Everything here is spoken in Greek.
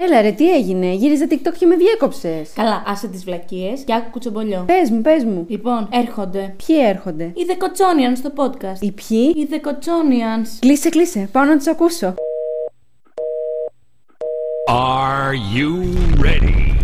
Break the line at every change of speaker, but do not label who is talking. Έλα ρε, τι έγινε. Γύριζα TikTok και με διέκοψες.
Καλά, άσε τις βλακίες και άκου κουτσομπολιό.
Πες μου, πες μου.
Λοιπόν, έρχονται.
Ποιοι έρχονται.
Οι Δεκοτσόνιαν στο podcast.
Οι ποιοι.
Οι Δεκοτσόνιαν.
Κλείσε, κλείσε. Πάω να τους ακούσω.
Are you ready?